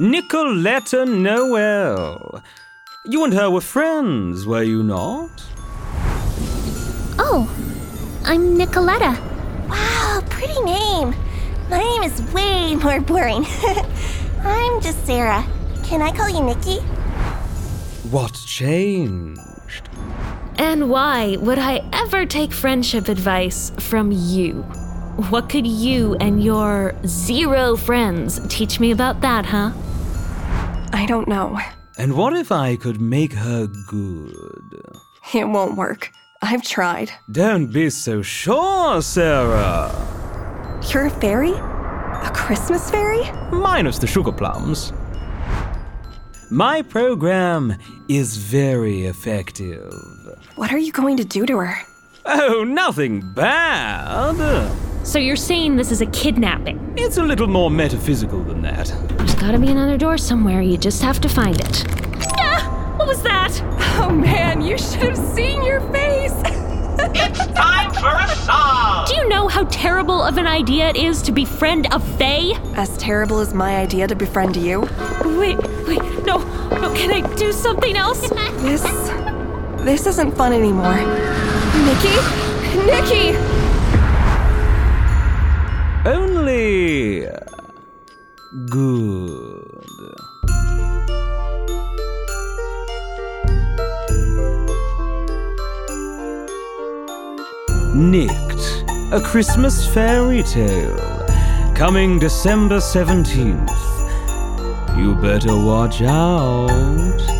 Nicoletta Noel. You and her were friends, were you not? Oh, I'm Nicoletta. Wow, pretty name. My name is way more boring. I'm just Sarah. Can I call you Nikki? What changed? And why would I ever take friendship advice from you? What could you and your zero friends teach me about that, huh? I don't know. And what if I could make her good? It won't work. I've tried. Don't be so sure, Sarah. You're a fairy? A Christmas fairy? Minus the sugar plums. My program is very effective. What are you going to do to her? Oh, nothing bad. So you're saying this is a kidnapping? It's a little more metaphysical than that. There's gotta be another door somewhere, you just have to find it. Ah! What was that? Oh man, you should have seen your face! It's time for a song! Do you know how terrible of an idea it is to befriend a fae? As terrible as my idea to befriend you, Wait, wait, no, no, can I do something else? this. this isn't fun anymore. Nikki? Nikki! Only good. Nicked, a Christmas fairy tale, coming December 17th. You better watch out.